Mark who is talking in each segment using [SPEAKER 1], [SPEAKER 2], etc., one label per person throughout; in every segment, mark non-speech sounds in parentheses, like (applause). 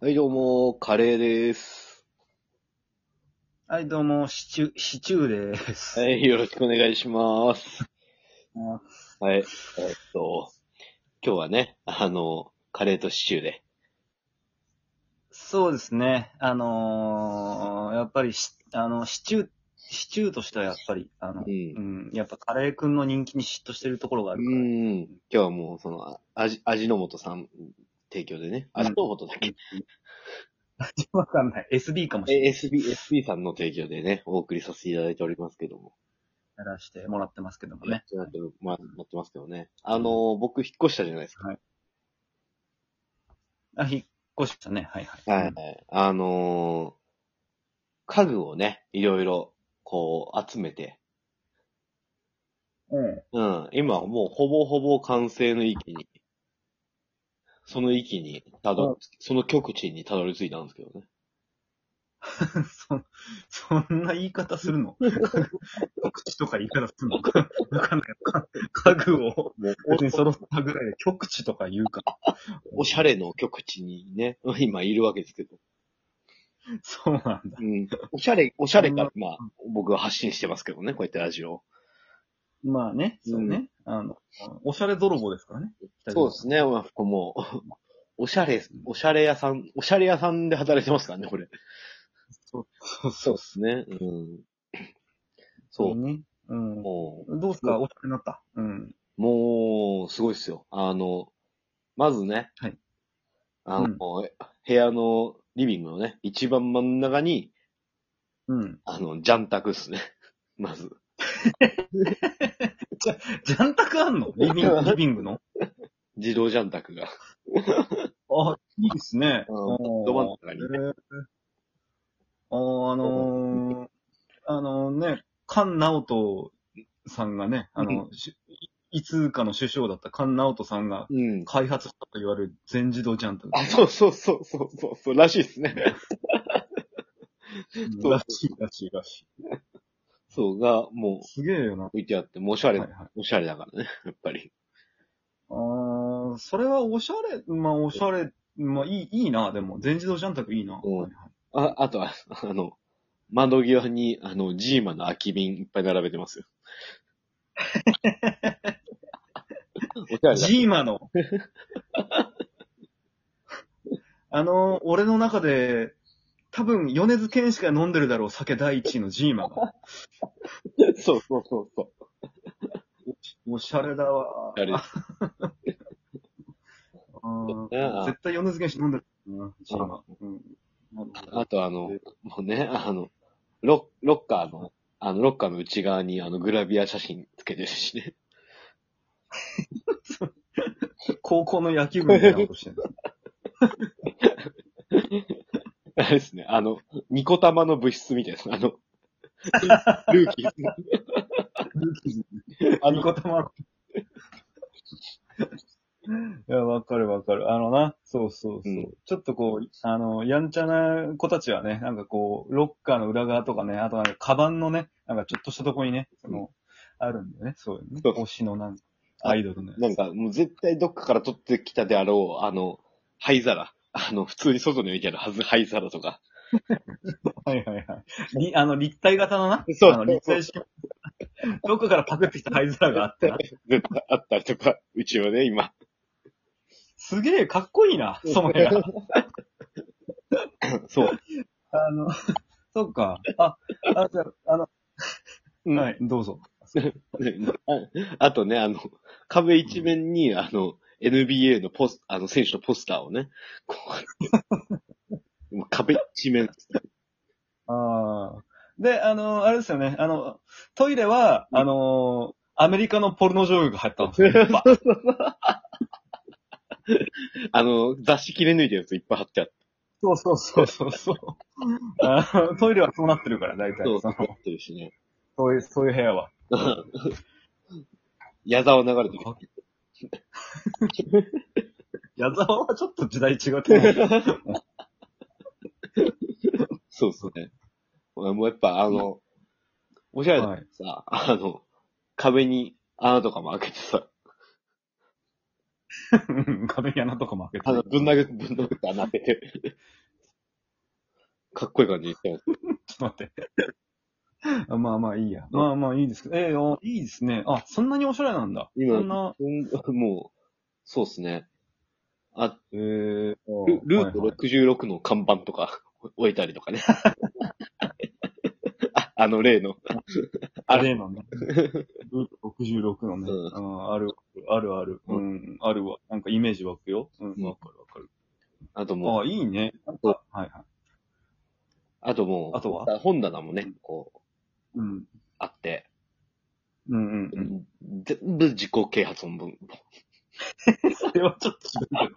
[SPEAKER 1] はい、どうも、カレーです。
[SPEAKER 2] はい、どうも、シチュ、シチュー
[SPEAKER 1] (laughs)
[SPEAKER 2] です。。
[SPEAKER 1] はいい、よろしくお願いします。はい、えっと、今日はね、あの、カレーとシチューで。
[SPEAKER 2] そうですね。あのーやっぱりし、あの、シチュー、シチューとしてはやっぱり、あの、
[SPEAKER 1] うん
[SPEAKER 2] うん、やっぱカレーくんの人気に嫉妬してるところがあ
[SPEAKER 1] う
[SPEAKER 2] るから。
[SPEAKER 1] ん、今日はもう、その、あ味、味の素さん提供でね、
[SPEAKER 2] うん
[SPEAKER 1] 味の素だっけ、
[SPEAKER 2] わかんない。SD かもしれない。
[SPEAKER 1] え ?SB、SB さんの提供でね、お送りさせていただいておりますけども。
[SPEAKER 2] やらしてもらってますけどもね。
[SPEAKER 1] やってま持ってますけどね。あの、僕引っ越したじゃないですか。
[SPEAKER 2] あ、引っ越したね。はいはい。
[SPEAKER 1] はい。あのー家具をね、いろいろ、こう、集めて、
[SPEAKER 2] うん。うん。
[SPEAKER 1] うん。今はもうほぼほぼ完成の域に、その域にたど、その極地にたどり着いたんですけどね。
[SPEAKER 2] (laughs) そ、そんな言い方するの (laughs) 極地とか言い方するのかわかんない。家具
[SPEAKER 1] (laughs)
[SPEAKER 2] を、
[SPEAKER 1] もう
[SPEAKER 2] 別に揃ったぐらいで極地とか言うか。
[SPEAKER 1] お、おしゃれの極地にね、 (laughs) 今いるわけですけど。
[SPEAKER 2] そうなんだ。
[SPEAKER 1] うん。おしゃれ、おしゃれが、まあ、僕は発信してますけどね、こうやってラジオ。
[SPEAKER 2] まあね、そうね。あの、おしゃれ泥棒ですからね。
[SPEAKER 1] そうです
[SPEAKER 2] ね。
[SPEAKER 1] ね、まあ、ここもう、 (laughs) おしゃれ、おしゃれ屋さん、おしゃれ屋さんで働いてますからね、これ。
[SPEAKER 2] そうそう。
[SPEAKER 1] すね。うん。そう。
[SPEAKER 2] ね。うん。
[SPEAKER 1] もう、
[SPEAKER 2] どうすかおしゃれになった。うん。
[SPEAKER 1] もう、すごいっすよ。あの、まずね、
[SPEAKER 2] はい
[SPEAKER 1] あの、部屋のリビングのね、一番真ん中に、
[SPEAKER 2] うん。
[SPEAKER 1] あの、ジャンタクっすね。 (laughs) まず。
[SPEAKER 2] ジャンタクあんのリ
[SPEAKER 1] (laughs)
[SPEAKER 2] ビング、リビングの
[SPEAKER 1] 自動ジャンタクが。
[SPEAKER 2] あ、いいですね。
[SPEAKER 1] うん
[SPEAKER 2] おー
[SPEAKER 1] ど真ん中に
[SPEAKER 2] えーあーあのー、あのね、菅直人さんがね、あの、しいいつかの首相だった菅直人さんが
[SPEAKER 1] うん。
[SPEAKER 2] 開発したと言われる全自動ジャンタク。
[SPEAKER 1] あ、そうそうそうそうそう、そうらしいっすね。
[SPEAKER 2] (laughs) うんらしいらしいらしい。
[SPEAKER 1] そうが、も
[SPEAKER 2] すげえよな。は
[SPEAKER 1] う、置いてあって、もうおしゃ
[SPEAKER 2] い
[SPEAKER 1] れ、
[SPEAKER 2] はい。
[SPEAKER 1] おしゃれだからね、やっぱり。
[SPEAKER 2] ああ、それはおしゃれ、まあおしゃれ、まあいい、いいな、でも。全自動ジャンタクいいな。
[SPEAKER 1] うん
[SPEAKER 2] はいはい
[SPEAKER 1] あ、あとは、あの、窓際に、あの、ジーマの空き瓶いっぱい並べてます
[SPEAKER 2] (laughs)
[SPEAKER 1] よ。おしゃれだ
[SPEAKER 2] ジーマの。あの、俺の中で、多分、米津玄師が飲んでるだろう、酒第一位のジーマが。
[SPEAKER 1] そうそうそうそう。
[SPEAKER 2] おしゃれだわ。
[SPEAKER 1] あれ
[SPEAKER 2] あー
[SPEAKER 1] ねあ
[SPEAKER 2] 絶対米津玄師飲んでるな、ジーマ。うんなるほど
[SPEAKER 1] あ (laughs) とあの、もうね、あの、ロッロッカーの、あの、ロッカーの内側にあの、グラビア写真つけてるしね。 (laughs)
[SPEAKER 2] 高校の野球部みたいなことして (laughs) る。
[SPEAKER 1] あれですね、あの、ニコ玉の物質みたいな、あの、ルーキーズ、
[SPEAKER 2] (laughs)
[SPEAKER 1] あ
[SPEAKER 2] ニ
[SPEAKER 1] の、
[SPEAKER 2] コ玉。いや、わかるわかる。あのな、そうそうそう。
[SPEAKER 1] うん
[SPEAKER 2] ちょっとこう、あの、やんちゃな子たちはね、なんかこう、ロッカーの裏側とかね、あとなんか、カバンのね、なんかちょっとしたとこにね、その、あるんだよね、そういうね。
[SPEAKER 1] そうそう
[SPEAKER 2] 推しのなんか、アイドルのやつ
[SPEAKER 1] なんか、もう絶対どっかから取ってきたであろう、あの、灰皿。あの、普通に外に置いてあるはず、灰皿とか。
[SPEAKER 2] はいはいはい。りあの、立体型のな、
[SPEAKER 1] そう
[SPEAKER 2] あの立体式 (laughs) の。どっかからパクってきた灰皿があってな。
[SPEAKER 1] 絶対あったりとか、うちはね、今。
[SPEAKER 2] すげえ、かっこいいな、その部屋。
[SPEAKER 1] そう。
[SPEAKER 2] あの、 (laughs) そっか。あ、あ、じゃあ、あの、
[SPEAKER 1] うん
[SPEAKER 2] はい、どうぞ。
[SPEAKER 1] (laughs) ああとね、あの、壁一面に、あの、NBA のポス、あの、選手のポスターをね、こう、もう壁一面。
[SPEAKER 2] ああ。で、あの、あれですよね。あの、トイレは、
[SPEAKER 1] うん
[SPEAKER 2] あの、アメリカのポルノ女優が入ったんですよ。バ
[SPEAKER 1] あの、雑誌切り抜いたやついっぱい貼ってあって、
[SPEAKER 2] そうそうそうそうそう (laughs) あの。トイレはそうなってるから、大体。
[SPEAKER 1] そう、
[SPEAKER 2] そ
[SPEAKER 1] 貼
[SPEAKER 2] の
[SPEAKER 1] ってるしね。
[SPEAKER 2] そういう、そういう部屋 (laughs) は。
[SPEAKER 1] 矢沢流れてる。
[SPEAKER 2] 矢沢はちょっと時代違ってない。
[SPEAKER 1] そうそうね。俺もうやっぱ、あの、おしゃれだか
[SPEAKER 2] はい
[SPEAKER 1] らさ、あの、壁に穴とかも開けてさ、
[SPEAKER 2] (laughs) うん壁に穴とかも開けて。
[SPEAKER 1] あの、ぶん投げ、ぶん投げて穴開けて。 (laughs) かっこいい感じにしてます。
[SPEAKER 2] ちょっと待って。あまあまあいいや。まあまあいいですけど。ええあいいですね。あ、そんなにおしゃれなんだ。
[SPEAKER 1] 今
[SPEAKER 2] そんな、
[SPEAKER 1] うん (laughs) もう、そうっすね。あ、
[SPEAKER 2] えー、
[SPEAKER 1] ルルー
[SPEAKER 2] はい
[SPEAKER 1] ト
[SPEAKER 2] はい
[SPEAKER 1] 66の看板とか (laughs) 置いたりとかね。ああの例の。
[SPEAKER 2] あれのね。 (laughs) ルート66のね。
[SPEAKER 1] うん
[SPEAKER 2] あある、あるある。うん、あるわ。なんかイメージ湧くよ。うん
[SPEAKER 1] うん、
[SPEAKER 2] わかるわかる。
[SPEAKER 1] あともう、
[SPEAKER 2] あ、いいね。なんか、はいはい。
[SPEAKER 1] あともう、
[SPEAKER 2] あとは
[SPEAKER 1] 本棚もね、こう、
[SPEAKER 2] うん。
[SPEAKER 1] あって、
[SPEAKER 2] うんうんうん。
[SPEAKER 1] 全部自己啓発本文。
[SPEAKER 2] それはちょっとひどい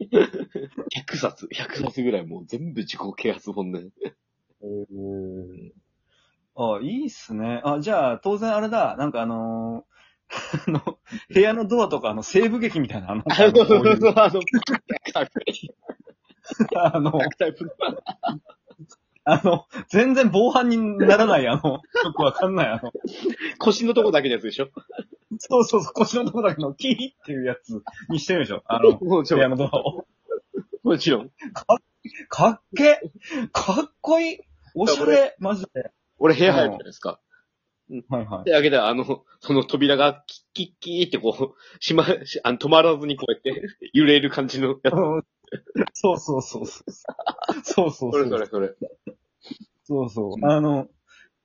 [SPEAKER 1] 100冊、100冊ぐらいもう全部自己啓発本で。
[SPEAKER 2] あ、いいっすね。あ、じゃあ、当然あれだ。なんかあのー (laughs) あの、部屋のドアとか、あの、西部劇みたいな、あの、
[SPEAKER 1] (laughs) あの、
[SPEAKER 2] こ
[SPEAKER 1] (laughs)
[SPEAKER 2] ういう
[SPEAKER 1] あの、タイプ、 (laughs)
[SPEAKER 2] (laughs) あの、
[SPEAKER 1] タイプ。
[SPEAKER 2] あの、全然防犯にならない、あの、よくわかんない、あの、
[SPEAKER 1] 腰のとこだけのやつでしょ
[SPEAKER 2] そうそうそう、腰のとこだけのキーっていうやつにしてるでしょ。あの、
[SPEAKER 1] もち
[SPEAKER 2] 部
[SPEAKER 1] ろ
[SPEAKER 2] 屋
[SPEAKER 1] ん。
[SPEAKER 2] のドアを。
[SPEAKER 1] もちろん。
[SPEAKER 2] かっけかっこいいおしゃれマジで。
[SPEAKER 1] 俺部屋入るじゃないですか。
[SPEAKER 2] はいはい。
[SPEAKER 1] で、開けたら、あの、その扉がキッキッキーってこう、しま、しあの止まらずにこうやって揺れる感じのやつ。
[SPEAKER 2] うんそうそうそうそう。そうそ
[SPEAKER 1] そ
[SPEAKER 2] うそ
[SPEAKER 1] れ
[SPEAKER 2] う
[SPEAKER 1] そ。れそれ。
[SPEAKER 2] そうそうう。
[SPEAKER 1] ん
[SPEAKER 2] あの、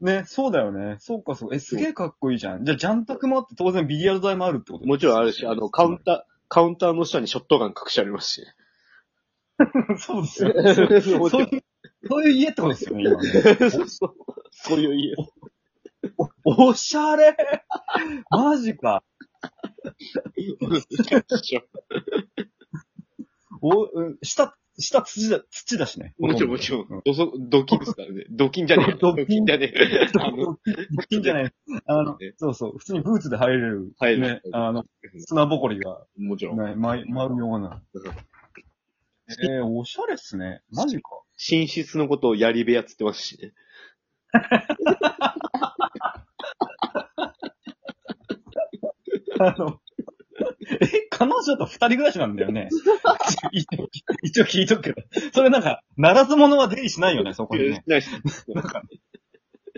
[SPEAKER 2] ね、そうだよね。そうか、そう。え、すげえかっこいいじゃん。じゃあ、ジャンタクもあって当然ビリヤード台もあるってこと
[SPEAKER 1] もちろんあるし、あの、カウンター、カウンターの下にショットガン隠してあります
[SPEAKER 2] (laughs)
[SPEAKER 1] し。
[SPEAKER 2] ろん。そうです
[SPEAKER 1] (laughs)
[SPEAKER 2] よ。
[SPEAKER 1] もち
[SPEAKER 2] そ
[SPEAKER 1] ろ
[SPEAKER 2] う
[SPEAKER 1] ん
[SPEAKER 2] いう、そういう家ってことですよね、今ね。
[SPEAKER 1] そうそうそういう家。
[SPEAKER 2] おおしゃれマジか。お、うん下、下土だ、土だしね。
[SPEAKER 1] もちろんもちろ。
[SPEAKER 2] うん
[SPEAKER 1] 土足ドキンですからね。ドキンじゃねえ。ド
[SPEAKER 2] ド
[SPEAKER 1] キ
[SPEAKER 2] キ
[SPEAKER 1] ン
[SPEAKER 2] ン
[SPEAKER 1] じゃねえ。あの、
[SPEAKER 2] いいんじゃないあの、そうそう。普通にブーツで入れる。
[SPEAKER 1] 入れる
[SPEAKER 2] ね。あの、砂ぼこりが、
[SPEAKER 1] もちろん。
[SPEAKER 2] ね、舞舞うような。えー、おしゃれっすね。マジか。
[SPEAKER 1] 寝室のことをやり部屋っつってますしね。
[SPEAKER 2] あの、え、彼女と二人暮らしなんだよね。 (laughs) 一応一応聞いとくけど。それなんか、ならず者は出入りしないよね、そこにね。
[SPEAKER 1] (laughs) ないし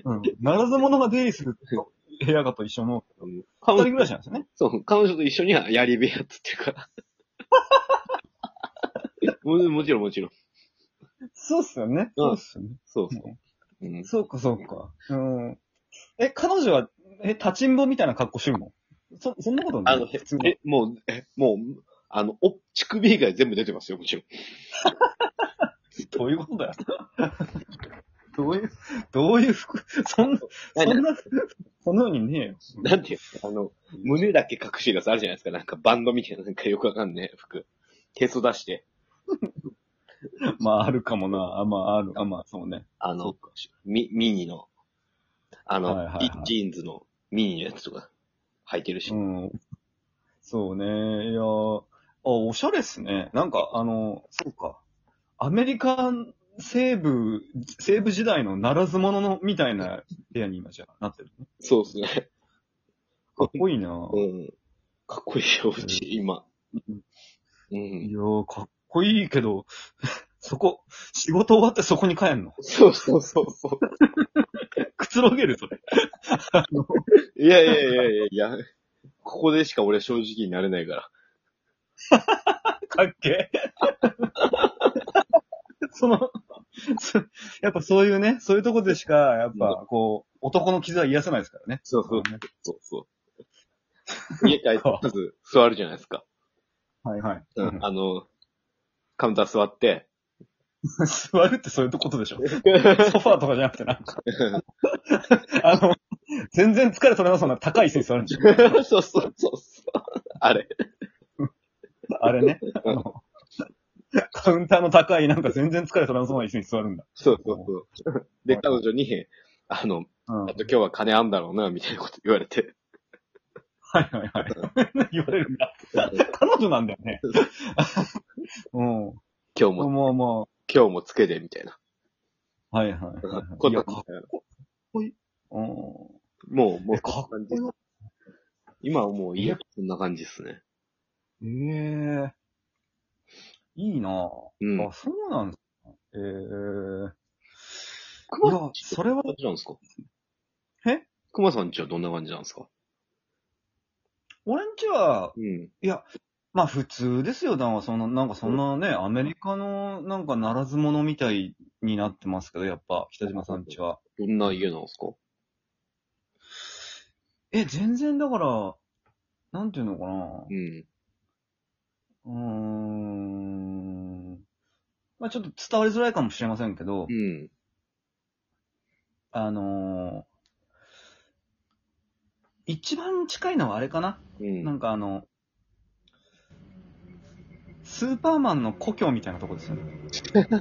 [SPEAKER 2] うん。ならず者が出入りする部屋がと一緒の
[SPEAKER 1] 彼
[SPEAKER 2] 二人
[SPEAKER 1] 女
[SPEAKER 2] 暮らしなんですよね。
[SPEAKER 1] そう、彼女と一緒にはやり部屋っつってる
[SPEAKER 2] (laughs)
[SPEAKER 1] から。ももちろんもちろん。
[SPEAKER 2] そうっすよね。
[SPEAKER 1] うん
[SPEAKER 2] そうっすよね。
[SPEAKER 1] そうそう。うん、
[SPEAKER 2] そうか、そうか。うん。え、彼女は、え、立ちんぼみたいな格好してるのそ、そんなことない。
[SPEAKER 1] あの、へ
[SPEAKER 2] 普通に
[SPEAKER 1] え、もう、え、もう、あの、お、乳首以外全部出てますよ、もちろん。 (laughs)
[SPEAKER 2] どういうことだよ。 (laughs) どういう、どういう服、そんな、そんな服、そのようにねえよ。
[SPEAKER 1] なんていうのあの、胸だけ隠してるやつあるじゃないですか。なんかバンドみたいな、なんかよくわかんねえ服。へそ出して。
[SPEAKER 2] まあ、あるかもな。あまあ、ある。あまあ、そうね。
[SPEAKER 1] あ
[SPEAKER 2] そ
[SPEAKER 1] の
[SPEAKER 2] う、
[SPEAKER 1] ミミニの、あの、
[SPEAKER 2] はいはいはい
[SPEAKER 1] ジーンズのミニのやつとか履いてるし。
[SPEAKER 2] うん。そうね。いやー、あ、おしゃれっすね。なんか、あの、そうか。アメリカン西部、西部時代のならず者のみたいな部屋に今じゃあなってるね。
[SPEAKER 1] そうですね。
[SPEAKER 2] かっこいいな。
[SPEAKER 1] うん。かっこいいよ、うち、今。う
[SPEAKER 2] い
[SPEAKER 1] ん。
[SPEAKER 2] やー、かっこいいけど、 (laughs) そこ、仕事終わってそこに帰んの
[SPEAKER 1] そうそうそうそ
[SPEAKER 2] くつろげるそれ。
[SPEAKER 1] う。いやいやいやいやいや。ここでしか俺正直になれないから。
[SPEAKER 2] かっけえ。 (laughs) その、そやっぱそういうね、そういうとこでしか、やっぱこう、男の傷は癒せないですからね。
[SPEAKER 1] そうそう。そうそう。家帰って、まず座るじゃないですか。
[SPEAKER 2] はいはい。
[SPEAKER 1] うん、あの、カウンター座 (laughs) って、
[SPEAKER 2] 座るってそういうことでしょ。ソファーとかじゃなくてなんか、 (laughs) あの、全然疲れ取れなそうな高い椅子に座るんでしょ。
[SPEAKER 1] そうそうそうそう。あれ。
[SPEAKER 2] あれね。あのカウンターの高い、なんか全然疲れ取れなそうな椅子に座るんだ。
[SPEAKER 1] そうそうそう。で、彼女に、あの、
[SPEAKER 2] うん。は
[SPEAKER 1] あ
[SPEAKER 2] い
[SPEAKER 1] と今日は金あんだろうな、みたいなこと言われて。
[SPEAKER 2] はいはい。 (laughs) 言われるん
[SPEAKER 1] (laughs)
[SPEAKER 2] だ。彼女なんだよね。 (laughs) うん。
[SPEAKER 1] 今日も、
[SPEAKER 2] もうも
[SPEAKER 1] 今日もつけて、みたいな。
[SPEAKER 2] う、はいはいはいはい。
[SPEAKER 1] こ
[SPEAKER 2] い
[SPEAKER 1] ん
[SPEAKER 2] や
[SPEAKER 1] な
[SPEAKER 2] か
[SPEAKER 1] 感
[SPEAKER 2] っこいい。うん
[SPEAKER 1] じもう、も
[SPEAKER 2] え
[SPEAKER 1] う、
[SPEAKER 2] かっこいい。
[SPEAKER 1] 今はもう家、こんな感じですね。
[SPEAKER 2] ええいいなぁ、
[SPEAKER 1] うん。
[SPEAKER 2] あ、そうなんですか。ええ
[SPEAKER 1] 熊
[SPEAKER 2] いや、それは
[SPEAKER 1] どんな感じなんですか
[SPEAKER 2] え
[SPEAKER 1] 熊さんちはどんな感じなんですか
[SPEAKER 2] 俺んちは、
[SPEAKER 1] うん。
[SPEAKER 2] まあ普通ですよ。なんかそんな、なんかそんなね、アメリカのなんかならず者みたいになってますけど、やっぱ、北島さんちは。
[SPEAKER 1] どんな家なんですか
[SPEAKER 2] え、全然だから、なんていうのかな
[SPEAKER 1] うん。
[SPEAKER 2] うーん。まあちょっと伝わりづらいかもしれませんけど
[SPEAKER 1] う、ん。
[SPEAKER 2] あのー一番近いのはあれかな
[SPEAKER 1] うん。
[SPEAKER 2] なんかあの、スーパーマンの故郷みたいなとこですよね。
[SPEAKER 1] (laughs)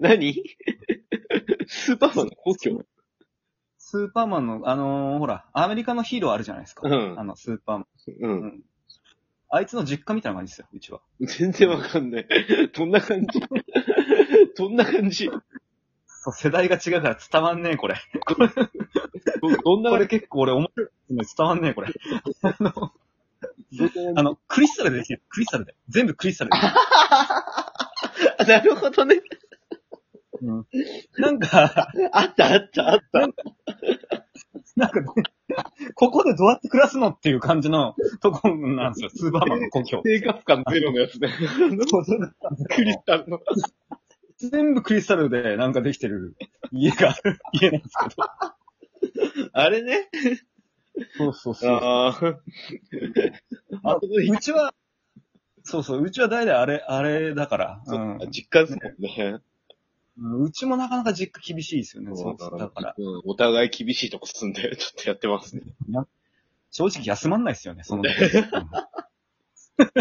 [SPEAKER 1] 何スーパーマンの故郷
[SPEAKER 2] スーパーマンの、あのーほら、アメリカのヒーローあるじゃないですか。
[SPEAKER 1] うん
[SPEAKER 2] あの、スーパーマン。
[SPEAKER 1] うん。
[SPEAKER 2] あいつの実家みたいな感じですよ、うちは。
[SPEAKER 1] 全然わかんない。どんな感じどんな感じ
[SPEAKER 2] そう、世代が違うから伝わんねえ、これ。
[SPEAKER 1] どどんな
[SPEAKER 2] これ
[SPEAKER 1] 感
[SPEAKER 2] 結構俺面白い。伝わんねえ、これ。
[SPEAKER 1] じどんな感じ
[SPEAKER 2] あの、クリスタルでできてる。クリスタルで。全部クリスタルでできて
[SPEAKER 1] あ (laughs) なるほどね。
[SPEAKER 2] る。なんか、 (laughs)
[SPEAKER 1] あったあったあった。
[SPEAKER 2] なんかね、ここでどうやって暮らすのっていう感じのとこなんですよ、スーパーマンの故 (laughs) 郷。
[SPEAKER 1] 生活感ゼロのや
[SPEAKER 2] (laughs)
[SPEAKER 1] つね。
[SPEAKER 2] そうそう
[SPEAKER 1] クリスタルの。
[SPEAKER 2] 全部クリスタルでなんかできてる家が (laughs) ある家なんです
[SPEAKER 1] あれね。
[SPEAKER 2] けど。そうそうそう。
[SPEAKER 1] ああ。
[SPEAKER 2] あ
[SPEAKER 1] あそこに
[SPEAKER 2] うちは、そうそう、うちは代々あれ、あれだから。う
[SPEAKER 1] そ
[SPEAKER 2] ん
[SPEAKER 1] っか実家ですもんね。
[SPEAKER 2] うん。うちもなかなか実家厳しいですよね。そうそう。だから、
[SPEAKER 1] うん。お互い厳しいとこ住んで、ちょっとやってますね。
[SPEAKER 2] (laughs) 正直休まんないですよね、その。うん